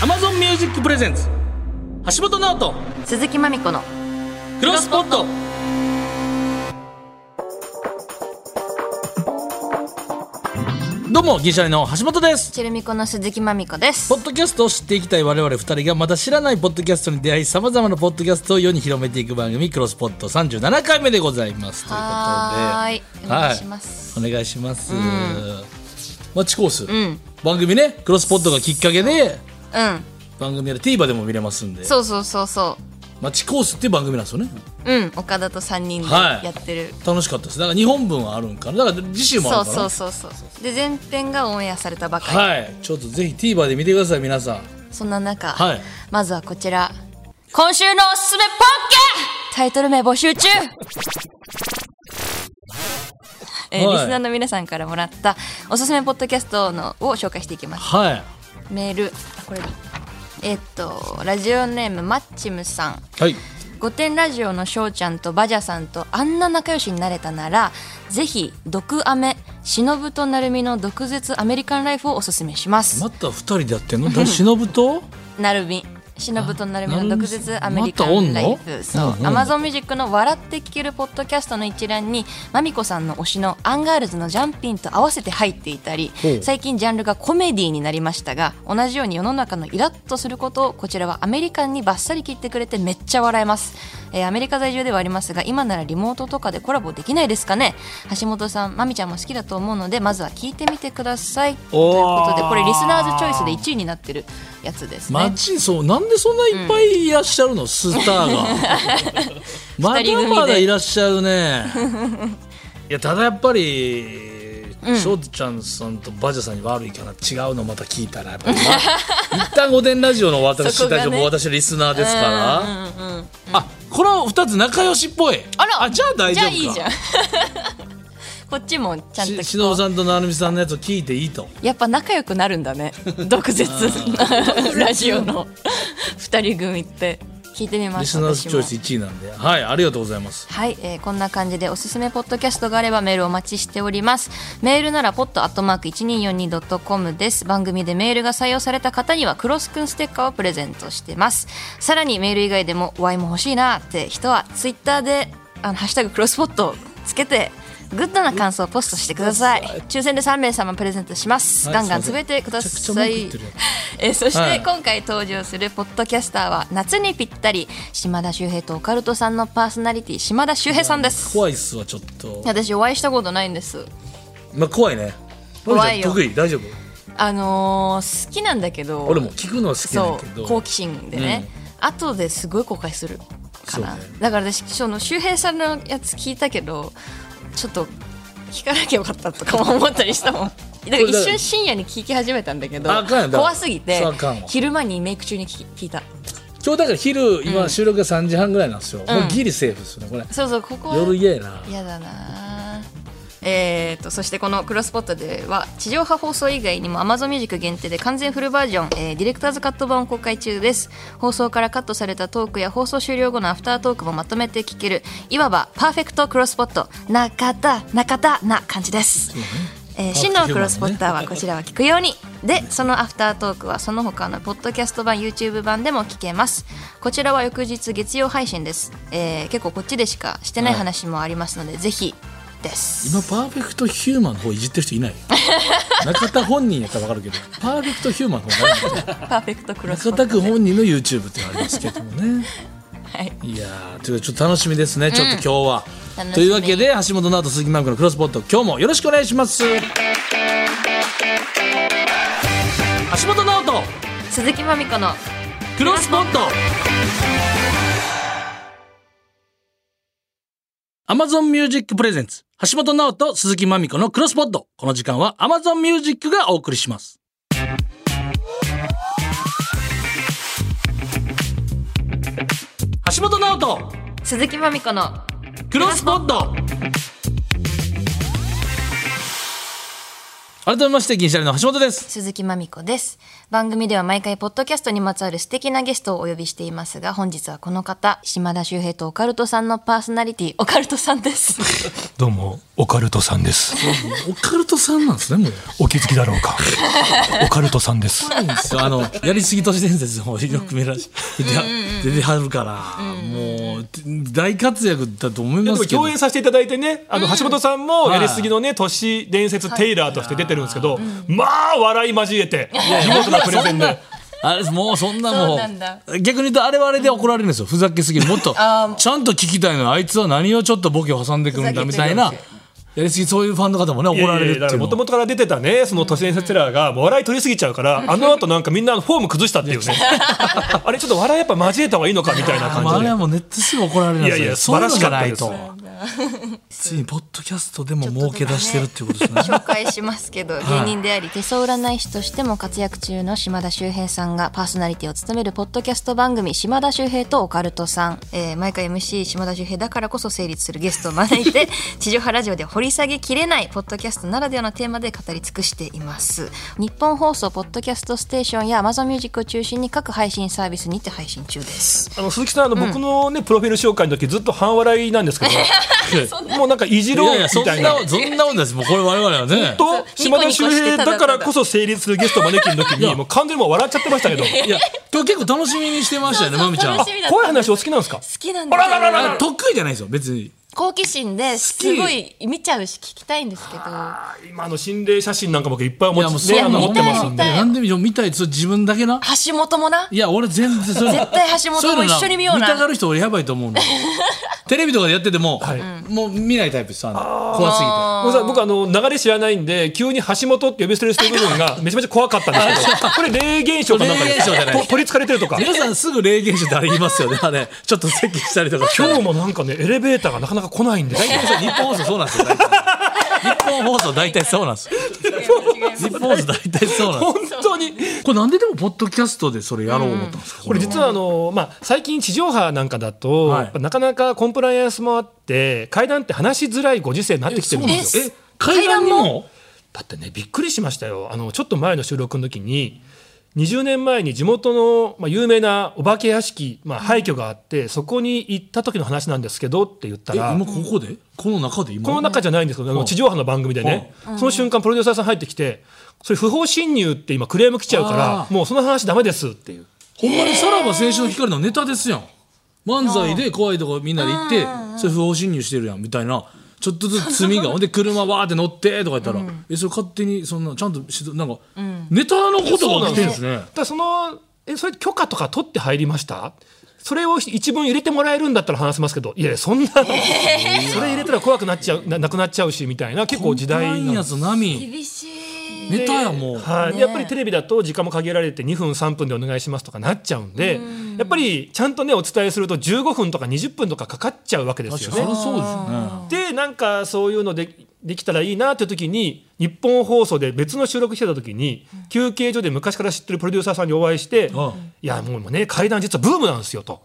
Amazon Music Presents 橋本直人鈴木まみこのクロスポットどうも銀シャリの橋本ですチェルミコの鈴木まみこですポッドキャストを知っていきたい我々二人がまた知らないポッドキャストに出会いさまざまなポッドキャストを世に広めていく番組「クロスポット」37回目でございますということではーいお願いしますはいお願いしますマッチコース、ん番組ねクロスポットがきっかけでうん番組やる TVer でも見れますんでそうそうそうそマッチコースっていう番組なんですよねううん岡田と三人ではいやってる、楽しかったですだから日本分はあるんかなだから次週もあるそうかなそうそうそうで前編がオンエアされたばかり、はいちょっとぜひ TVer で見てください皆さんそんな中、はいまずはこちら今週のおすすめポッケタイトル名募集中えーはいリスナーの皆さんからもらったおすすめポッドキャストのを紹介していきますはいメールあこれだえっとラジオネームマッチムさんはい御殿ラジオのしょうちゃんとバジャさんとあんな仲良しになれたならぜひ「毒アメ」「しのぶとなるみの毒舌アメリカンライフ」をおすすめしますまた二人でやってんのだ忍となるみしのぶとなるみの毒舌アメリカまたおンんラのイフそううんうん Amazon Music の「笑って聴ける」ポッドキャストの一覧にまみこさんの推しのアンガールズのジャンピンと合わせて入っていたりほう最近ジャンルがコメディになりましたが同じように世の中のイラッとすることをこちらはアメリカンにバッサリ切ってくれてめっちゃ笑えます、えーアメリカ在住ではありますが今ならリモートとかでコラボできないですかね橋本さんまみちゃんも好きだと思うのでまずは聞いてみてくださいということでこれリスナーズチョイスで1位になってるやつですねマッチそうなんでそんないっぱいいらっしゃるの、スターがま 二人組だでまだいらっしゃる ねいやただやっぱりん翔、うちゃんさんとバジャさんに悪いかな違うのまた聞いたらやっぱり、まあ、一旦御殿ラジオの私そこがたねちも私リスナーですから、うんうんうんあこの二つ仲良しっぽいあらじゃあ大じ丈夫ゃあかいいじゃん こっちもちゃんとし聞忍こさんと成美さんのやつを聞いていいとうやっぱ仲良くなるんだ ね毒舌なラジオの 二人組って聞いてみまリしスたナー私ズもチョイス1位なんではいありがとうございますはい、えーこんな感じでおすすめポッドキャストがあればメールお待ちしておりますメールならポッドアットマーク 1242.com です番組でメールが採用された方にはクロスくんステッカーをプレゼントしてますさらにメール以外でもお会いも欲しいなって人はツイッターであのハッシュタグクロスポットつけてグッドな感想をポストしてください抽選で3名様プレゼントします、はいガンガンつぶえてくだめちゃくちゃさ文句い言ってるやんえーそして、はい今回登場するポッドキャスターは夏にぴったり島田秀平とオカルトさんのパーソナリティ島田秀平さんです怖いっすわちょっと私お会いしたことないんですまあ怖いね怖いよまみちゃん得意大丈夫あのー好きなんだけど俺も聞くのは好きだそけうど好奇心でね、後ですごい後悔するかな、そうねだから私その周平さんのやつ聞いたけどちょっと聞かなきゃよかったとかも思ったりしたもん だから一瞬深夜に聞き始めたんだけどあかんよだから怖すぎてそうあかんわ昼間にメイク中に聞き聞いた今日だから昼今収録が3時半ぐらいなんですよ、もうギリセーフですねこれそうそうここは夜嫌やなやだなあえー、とそしてこの「クロスポット」では地上波放送以外にも AmazonMusic 限定で完全フルバージョン、えーディレクターズカット版を公開中です放送からカットされたトークや放送終了後のアフタートークもまとめて聞けるいわばパーフェクトクロスポット中田中田な感じです、えー真のクロスポッターはこちらは聞くようにでそのアフタートークはその他のポッドキャスト版 YouTube 版でも聞けますこちらは翌日月曜配信です、えー結構こっちでしかしてない話もありますので、ぜひです今パーフェクトヒューマンの方いじってる人いない 中田本人やったら分かるけどパーフェクトヒューマンの方ないパーフェクトクロス中ポッ田ト君で本人の YouTube っていうのがありますけどもね はいいやーということでちょっと楽しみですね、ちょっと今日は楽しみというわけで橋本直人鈴木マークのクロスポット今日もよろしくお願いします橋本直人鈴木まみこのクロスポット Amazon Music Presents 橋本直人鈴木まみこのクロスポットこの時間は Amazon Music がお送りします橋本直人鈴木まみこのクロスポット改めまして銀シャリの橋本です鈴木まみこです番組では毎回ポッドキャストにまつわる素敵なゲストをお呼びしていますが本日はこの方島田秀平とオカルトさんのパーソナリティオカルトさんですどうも、オカルトさんです。 オカルトさんなんですねもうお気づきだろうか。オカルトさんです。いいんですよあのやりすぎ都市伝説の方よく見らし出ては出てはるから、もう大活躍だと思いでまもすけど共演させていただいてね、あの橋本さんもはいやりすぎのね、都市伝説テイラーとして出てるんですけど。まあ、笑い交えて、見事なプレゼンで。あれもうそんなもそううなんだ逆に言うとあれはあれで怒られるんですよふざけすぎるもっとちゃあーんと聞きたいのよあいつは何をちょっとボケを挟んでくるんだみたいなふざけてやりすぎそういうファンの方もね 怒られるっていうのもともとから出てたね、その都市伝説テイラーが、もう笑い取りすぎちゃうから、あの後なんかみんなフォーム崩したって いうね。 あれ、ちょっと笑いやっぱ交えた方がいいのかみたいまなあ、感あじれでは。もうネットすぐ怒られるんですよいやいやそううの素晴らしかったですじゃないとついにポッドキャストでも儲け出してるっていうことですね 紹介しますけど芸人であり手相占い師としても活躍中の島田秀平さんがパーソナリティを務めるポッドキャスト番組「島田秀平とオカルトさん」えー毎回 MC 島田秀平だからこそ成立するゲストを招い て地上波ラジオで掘り下げきれないポッドキャストならではのテーマで語り尽くしています日本放送ポッドキャストステーションや AmazonMusic を中心に各配信サービスにて配信中ですあの鈴木さん、あの僕のね、プロフィール紹介の時、ずっと半笑いなんですけ ど。もうなんかいじいろやういみやそんたないな。そんなもんですもうこれ我々はねと島田秀平だからこそ成立するゲスト招きの時にもう完全にもう笑っちゃってました けどいや今日結構楽しみにしてましたよねまみちゃん楽あしみだった怖い話お好きなんですか好きなんであすよららららあ得意じゃないですよ別に好奇心です好きごい見ちゃうし聞きたいんですけど今あの心霊写真なんか僕いっぱいお持いやもうちそねうあなのの持ってますん見たいで何で見ても見たいそう自分だけな橋本もないや俺全然それ絶対橋本もそういうのな一緒に見ような見たがる人俺やばいと思うの テレビとかでやってても、はいもう見ないタイプですあの怖すぎてごめんなさい僕あの流れ知らないんで急に橋本って呼び捨てるしてる部分がめちゃめちゃ怖かったんですけどこれ霊現象かなんか霊現象じゃないと取りつかれてるとか皆さんすぐ霊現象ってあれ言いますよねあれちょっと咳したりとか今 日もなんかねエレベーターがなかなか来ないんです大よ体そう日本放送そうなんですよ大体日本放送大体そうなんですよ日本放送大体そうなんで本当にすこれなんででもポッドキャストでそれやろう思ったんですか、これ実はあの、まあ、最近地上波なんかだと、はいやっぱなかなかコンプライアンスもあって階段って話しづらいご時世になってきてるんですよ。え階段にもだってねびっくりしましたよあのちょっと前の収録の時に20年前に地元の、まあ、有名なお化け屋敷、まあ、廃墟があってそこに行った時の話なんですけどって言ったえら今。ここでこの中で今この中じゃないんですけど、あの地上波の番組でね、その瞬間プロデューサーさん入ってきて、それ不法侵入って今クレーム来ちゃうかあーら、もうその話ダメですっていう。ほんまにさらば青春の光のネタですやん漫才で怖いとこみんなで行ってそれ不法侵入してるやんみたいなちょっとずつ 罪がほんで車わーって乗ってとか言ったら、えそれ勝手にそんなちゃんとしどなんか、ネタのことが起きてるんですねだからそのえそれ許可とか取って入りましたそれを一文入れてもらえるんだったら話せますけどいやいやそんな、それ入れたら怖くなっちゃうななくなっちゃうしみたいな結構時代コンプライアンのスの波厳しいネタやもう、はい、ねでやっぱりテレビだと時間も限られて2分3分でお願いしますとかなっちゃうんでやっぱりちゃんとねお伝えすると15分とか20分とかかかっちゃうわけです確よかにそねり。ゃそうででなんかそういうのでできたらいいなという時に日本放送で別の収録してた時に休憩所で昔から知ってるプロデューサーさんにお会いして「うんいやもうね怪談実はブームなんですよ」と。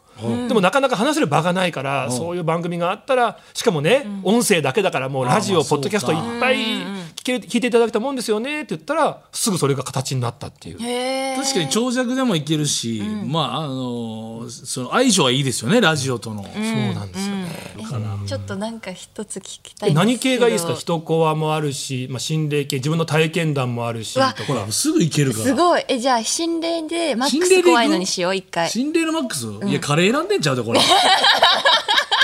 でもなかなか話せる場がないから、そういう番組があったらしかもね、音声だけだからもうラジあーまオあそポうッかドキャストいっぱい聞ける聞いていただけたもんですよねって言ったらすぐそれが形になったっていう。へーすね確かに長尺でもいけるし、まああのーその相性はいいですよねラジオとの、そうなんですよねちょっとなんか一つ聞きたいえんですけど何系がいいですか人コアもあるし、まあ、心霊系自分の体験談もあるしとうわかほらすぐいけるからすごいえじゃあ心霊でマック心霊でスいく怖いのにしよう一回心霊のマックス、いやカレー選んでんちゃうでこれ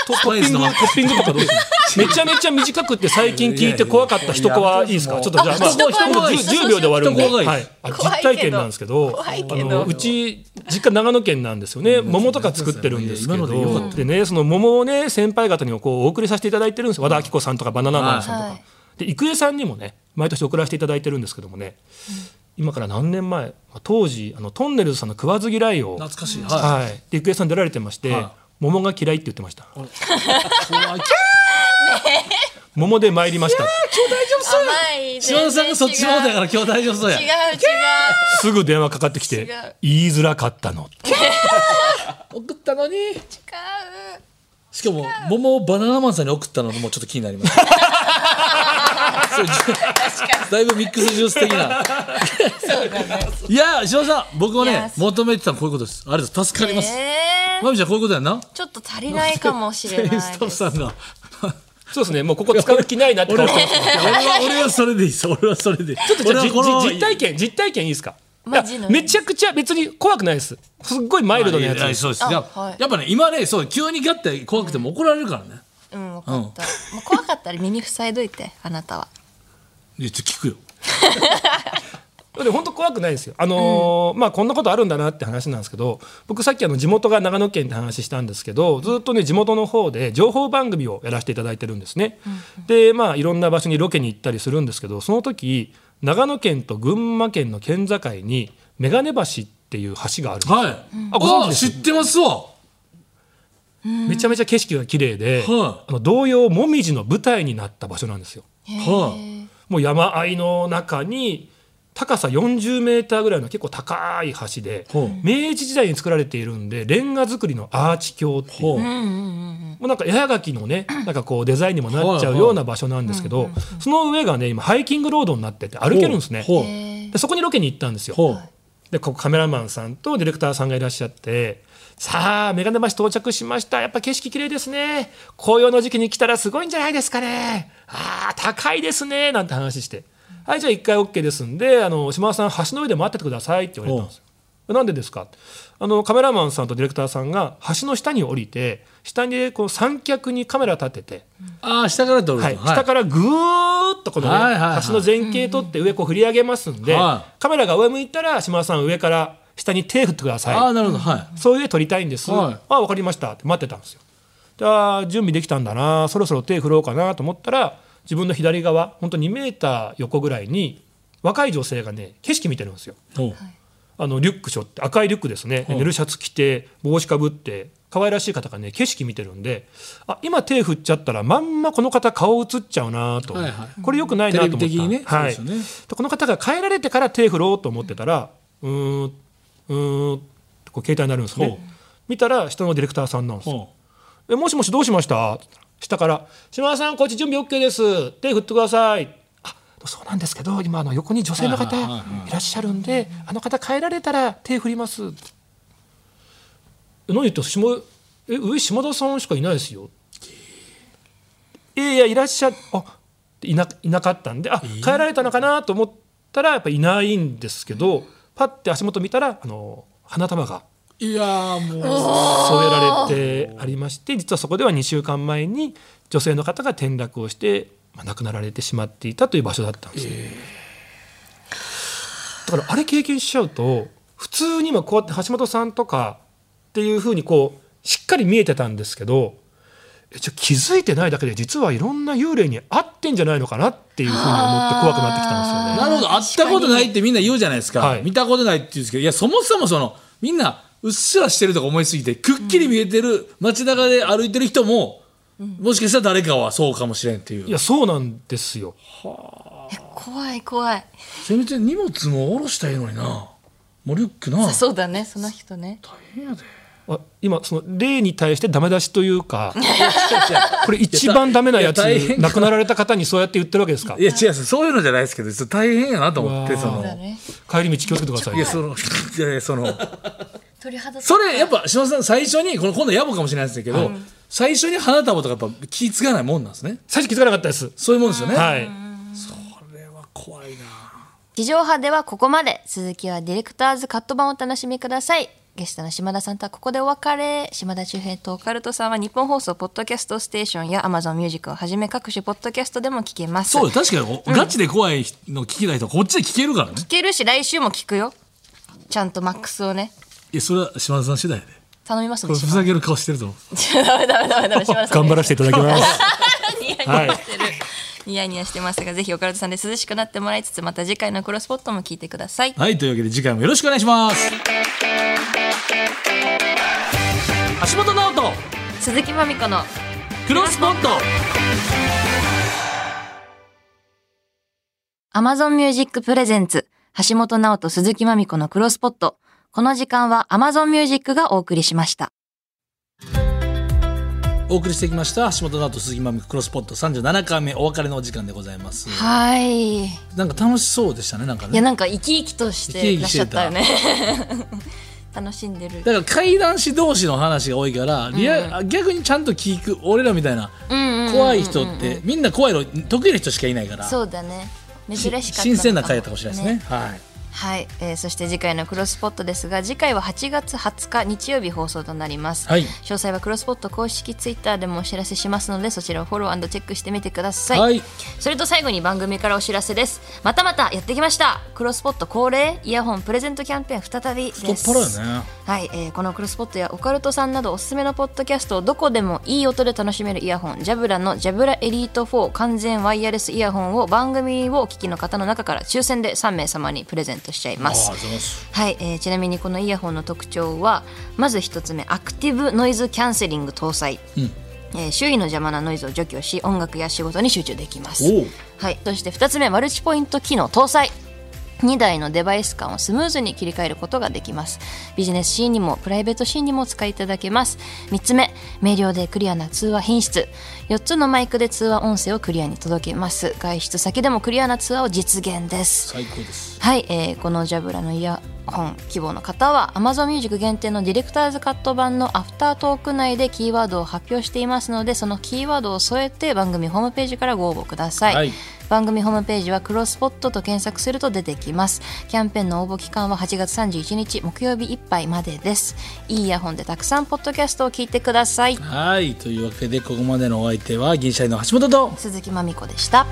トトッピングトッピングとかどうする めちゃめちゃ短くって最近聞いて怖かった人はいいですかちょっとじゃあ、まあ、人怖いもう人怖い10 10秒で終わるんで、人怖いはい、あ怖いけど実体験なんですけど怖いけどあのうち実家長野県なんですよね桃とか作ってるんですけど今のでよかっでねその桃をね先輩方にこうお送りさせていただいてるんですよ和田アキ子さんとかバナナマンさんとか。はいで郁恵さんにもね毎年送らせていただいてるんですけどもね、今から何年前当時あのトンネルズさんの食わず嫌いを懐かしいはいはい、で郁恵さん出られてまして、はい桃が嫌いって言ってました怖い桃で参りました甘い島田さんがそっち方だから今日大丈夫そうや違う違すぐ電話かかってきて違う言いづらかったのって送ったのにう違うしかも桃をバナナマンさんに送ったのもちょっと気になりますそうじだいぶミックスジュース的な。いや、翔さん、僕はいやね、そう求めてたのこういうことです。ありがとう、助かります。えーまみちゃん、こういうことやんな。ちょっと足りないかもしれないですスタッフさんが。そうですねもうここ使う気ないなって俺顔はしてます俺は俺はそれでいいです。俺はそれで。ちょっじゃあじじ実体験実体験いいですかマジのいやめちゃくちゃ別に怖くないですすっごいマイルドなやはいつではいすそうですあや,、はいやっぱね今ねそう急にガッて怖くても怒られるからね、うん、分かった。もう怖かったら耳塞いどいて、あなたは。いやちょ聞くよで本当怖くないですよ、あのーまあ、こんなことあるんだなって話なんですけど僕さっきあの地元が長野県って話したんですけどずっとね地元の方で情報番組をやらせていただいてるんですね、でまあいろんな場所にロケに行ったりするんですけどその時長野県と群馬県の県境に眼鏡橋っていう橋があるんです、はい、あご存知あです知ってますわめちゃめちゃ景色が綺麗で、はいあの童謡「もみじ」の舞台になった場所なんですよ。はもう山あいの中に高さ40メーターぐらいの結構高い橋で、ほう明治時代に作られているんでレンガ造りのアーチ橋っていうほう、うんうんもうなんか絵はがきのねなんかこうデザインにもなっちゃうような場所なんですけどその上がね今ハイキングロードになってて歩けるんですねほううん。えーでそこにロケに行ったんですよほうでここカメラマンさんとディレクターさんがいらっしゃって「さあ眼鏡橋到着しましたやっぱ景色綺麗ですね紅葉の時期に来たらすごいんじゃないですかねああ高いですね」なんて話して「はいじゃあ1回 OK ですんであの島田さん橋の上で待っててください」って言われたんですよ。なんでですかあのカメラマンさんとディレクターさんが橋の下に降りて下にこう三脚にカメラ立ててああ下から撮るとはい、下からぐーっとこの、ねはいはいはい橋の前景取って上こう振り上げますんで、はカメラが上向いたら島田さん上から下に手振ってくだあさあいなるほどはいそういう絵撮りたいんです、はいあ分かりましたって待ってたんですよであー準備できたんだなそろそろ手振ろうかなと思ったら自分の左側本当2メーター横ぐらいに若い女性がね景色見てるんですよほうあのリュック背負って赤いリュックですね、うん寝るシャツ着て帽子かぶって可愛らしい方がね景色見てるんであ今手振っちゃったらまんまこの方顔映っちゃうなと、はいはいこれよくないなと思ったテレビ的にねはいそうですよねでこの方が帰られてから手振ろうと思ってたらうーんうーんってこう携帯になるんですほうね見たら下のディレクターさんなんですよほえもしもしどうしました?」下から「島田さんこっち準備 OK です手振ってください」あそうなんですけど今あの横に女性の方はいはいはいはいいらっしゃるんであの方帰られたら手振ります」何言ってんす島え上島田さんしかいないですよ」いやいやいらっしゃあいないなかったんであ帰られたのかなと思ったらやっぱいないんですけどパッて足元見たらあの花束がういやーもう添えられてありまして実はそこでは2週間前に女性の方が転落をして、まあ、亡くなられてしまっていたという場所だったんですね、だからあれ経験しちゃうと普通に今こうやって橋本さんとかっていうふうにこうしっかり見えてたんですけどえちょ気づいてないだけで実はいろんな幽霊に合ってんじゃないのかなっていうふうに思って怖くなってきたんですよね。なるほど会ったことないってみんな言うじゃないですか、はい見たことないって言うんですけどいやそもそもそのみんなうっすらしてるとか思いすぎてくっきり見えてる街中で歩いてる人も、もしかしたら誰かはそうかもしれんっていういやそうなんですよ怖い怖い。せめて荷物も下ろしたらいいのになもうリュックなあそうだね、その人ね。大変やであ今その霊に対してダメ出しというか これ一番ダメなやついや大変亡くなられた方にそうやって言ってるわけですかいや違うそういうのじゃないですけどちょっと大変やなと思ってうわーそそうのだね。帰り道気をつけてくださいいやそのいやいやその鳥肌立それやっぱ島田さん最初にこの今度野暮かもしれないですけど、最初に花束とかやっぱ気付かないもんなんですね最初気づかなかったですそういうもんですよね、はいこれは怖いな地上波ではここまで。続きはディレクターズカット版をお楽しみください。ゲストの島田さんとはここでお別れ。島田周平とオカルトさんは日本放送ポッドキャストステーションや Amazon ミュージックをはじめ各種ポッドキャストでも聞けます。そう確かにおガチで怖いの聞きたい人はこっちで聞けるからね聞けるし、来週も聞くよ。ちゃんとマックスをね。いやそれは島田さん次第で頼みますこね。れふ島ざける顔してるぞ田 ダメダメダメダメ。島田さん。頑張らせていただきます ニヤニヤしてる、ニヤニヤしてますがぜひオカルトさんで涼しくなってもらいつつまた次回のクロスポットも聞いてくださいはいというわけで次回もよろしくお願いします橋本直人鈴木まみこのクロスポット Amazon ミュージックプレゼンツ橋本直人鈴木まみこのクロスポットこの時間は Amazon ミュージックがお送りしましたお送りしてきました橋本直人鈴木まみこクロスポット37回目お別れのお時間でございますはい。いなんか楽しそうでしたねなんかや、ねなんか生き生きとしてらっしゃったよね。 楽しんでる。だから怪談師同士の話が多いからリア、逆にちゃんと聞く俺らみたいな怖い人ってみんな怖いの得意な人しかいないからそうだね。珍しかったのかも。新鮮な回やったかもしれないですねはいはい、えーそして次回のクロスポットですが次回は8月20日日曜日放送となります、はい詳細はクロスポット公式ツイッターでもお知らせしますのでそちらをフォローチェックしてみてください、はいそれと最後に番組からお知らせですまたまたやってきましたクロスポット恒例イヤホンプレゼントキャンペーン再び太でっす腹よねはい、えーこのクロスポットやオカルトさんなどおすすめのポッドキャストをどこでもいい音で楽しめるイヤホンジャブラのジャブラエリート4完全ワイヤレスイヤホンを番組をお聞きの方の中から抽選で3名様にプレゼントしちゃいああますざますはい、えーちなみにこのイヤホンの特徴はまず一つ目アクティブノイズキャンセリング搭載、えー周囲の邪魔なノイズを除去し音楽や仕事に集中できますおうはい、そして2つ目マルチポイント機能搭載2台のデバイス間をスムーズに切り替えることができますビジネスシーンにもプライベートシーンにもお使いいただけます3つ目明瞭でクリアな通話品質4つのマイクで通話音声をクリアに届けます外出先でもクリアな通話を実現です最高ですはい、えーこのジャブラのイヤホン希望の方は Amazon Music 限定のディレクターズカット版のアフタートーク内でキーワードを発表していますのでそのキーワードを添えて番組ホームページからご応募ください、はい番組ホームページはクロスポットと検索すると出てきますキャンペーンの応募期間は8月31日木曜日いっぱいまでですいいイヤホンでたくさんポッドキャストを聞いてくださいはいというわけでここまでのお相手は銀シャリの橋本と鈴木まみこでした